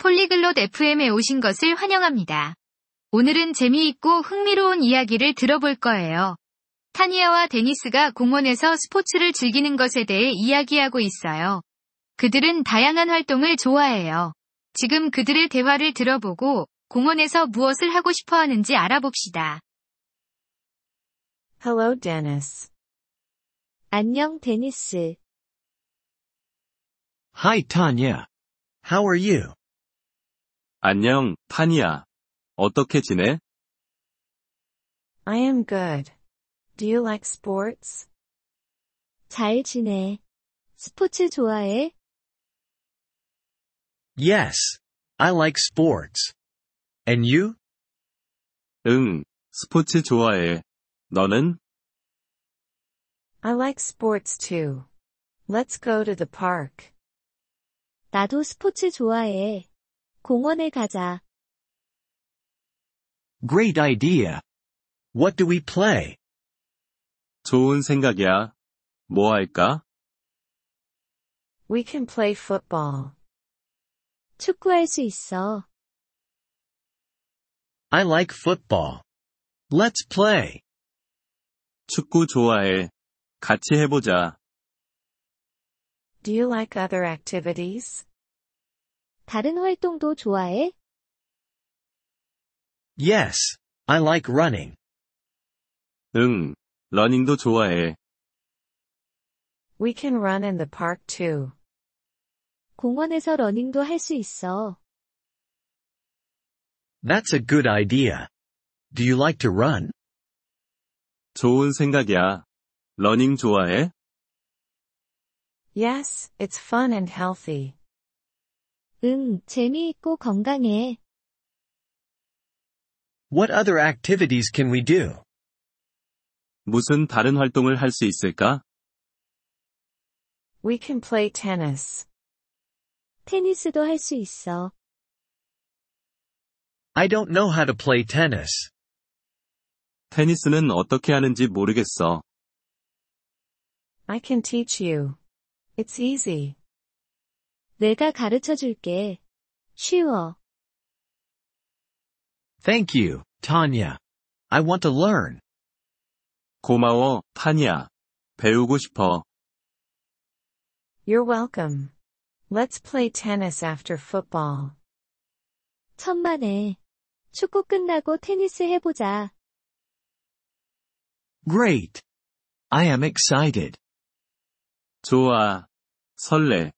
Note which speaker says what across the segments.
Speaker 1: 폴리글롯 FM에 오신 것을 환영합니다. 오늘은 재미있고 흥미로운 이야기를 들어볼 거예요. 타니아와 데니스가 공원에서 스포츠를 즐기는 것에 대해 이야기하고 있어요. 그들은 다양한 활동을 좋아해요. 지금 그들의 대화를 들어보고 공원에서 무엇을 하고 싶어 하는지 알아봅시다.
Speaker 2: Hello, Dennis.
Speaker 3: 안녕, 데니스.
Speaker 4: Hi, Tanya. How are you?
Speaker 5: 안녕, 타니야. 어떻게 지내?
Speaker 2: I am good. Do you like sports?
Speaker 3: 잘 지내. 스포츠 좋아해?
Speaker 4: Yes. I like sports. And you?
Speaker 5: 응, 스포츠 좋아해. 너는?
Speaker 2: I like sports too. Let's go to the park.
Speaker 3: 나도 스포츠 좋아해. 공원에 가자.
Speaker 4: Great idea. What do we play?
Speaker 5: 좋은 생각이야. 뭐 할까?
Speaker 2: We can play football.
Speaker 3: 축구할 수 있어.
Speaker 4: I like football. Let's play.
Speaker 5: 축구 좋아해. 같이 해보자.
Speaker 2: Do you like other activities?
Speaker 3: 다른 활동도 좋아해?
Speaker 4: Yes. I like running.
Speaker 5: 응, 러닝도 좋아해.
Speaker 2: We can run in the park too.
Speaker 3: 공원에서 러닝도 할 수 있어.
Speaker 4: That's a good idea. Do you like to run?
Speaker 5: 좋은 생각이야. 러닝 좋아해?
Speaker 2: Yes, it's fun and healthy.
Speaker 3: 응, 재미있고 건강해.
Speaker 4: What other activities can we do?
Speaker 5: 무슨 다른 활동을 할 수 있을까?
Speaker 2: We can play tennis.
Speaker 3: 테니스도 할 수 있어.
Speaker 4: I don't know how to play tennis.
Speaker 5: 테니스는 어떻게 하는지 모르겠어.
Speaker 2: I can teach you. It's easy.
Speaker 3: 내가 가르쳐 줄게. 쉬워.
Speaker 4: Thank you, Tanya. I want to learn.
Speaker 5: 고마워, 타니야. 배우고 싶어.
Speaker 2: You're welcome. Let's play tennis after football.
Speaker 3: 천만에. 축구 끝나고 테니스 해보자.
Speaker 4: Great. I am excited.
Speaker 5: 좋아. 설레.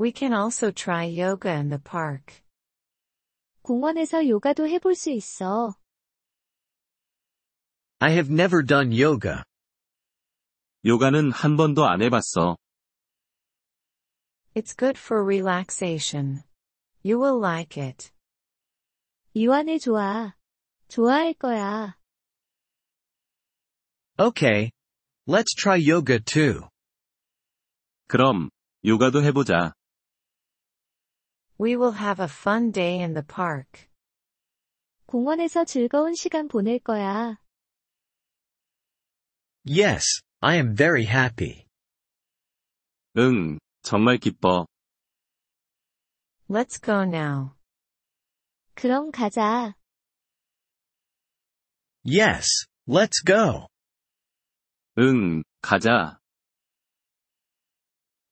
Speaker 2: We can also try yoga in the park.
Speaker 3: 공원에서 요가도 해볼 수 있어.
Speaker 4: I have never done yoga.
Speaker 5: 요가는 한 번도 안 해봤어.
Speaker 2: It's good for relaxation. You will like it.
Speaker 3: 이완해 좋아. 좋아할 거야.
Speaker 4: Okay. Let's try yoga too.
Speaker 5: 그럼, 요가도 해보자.
Speaker 2: We will have a fun day in the park.
Speaker 3: 공원에서 즐거운 시간 보낼 거야.
Speaker 4: Yes, I am very happy.
Speaker 5: 응, 정말 기뻐.
Speaker 2: Let's go now.
Speaker 3: 그럼 가자.
Speaker 4: Yes, let's go.
Speaker 5: 응, 가자.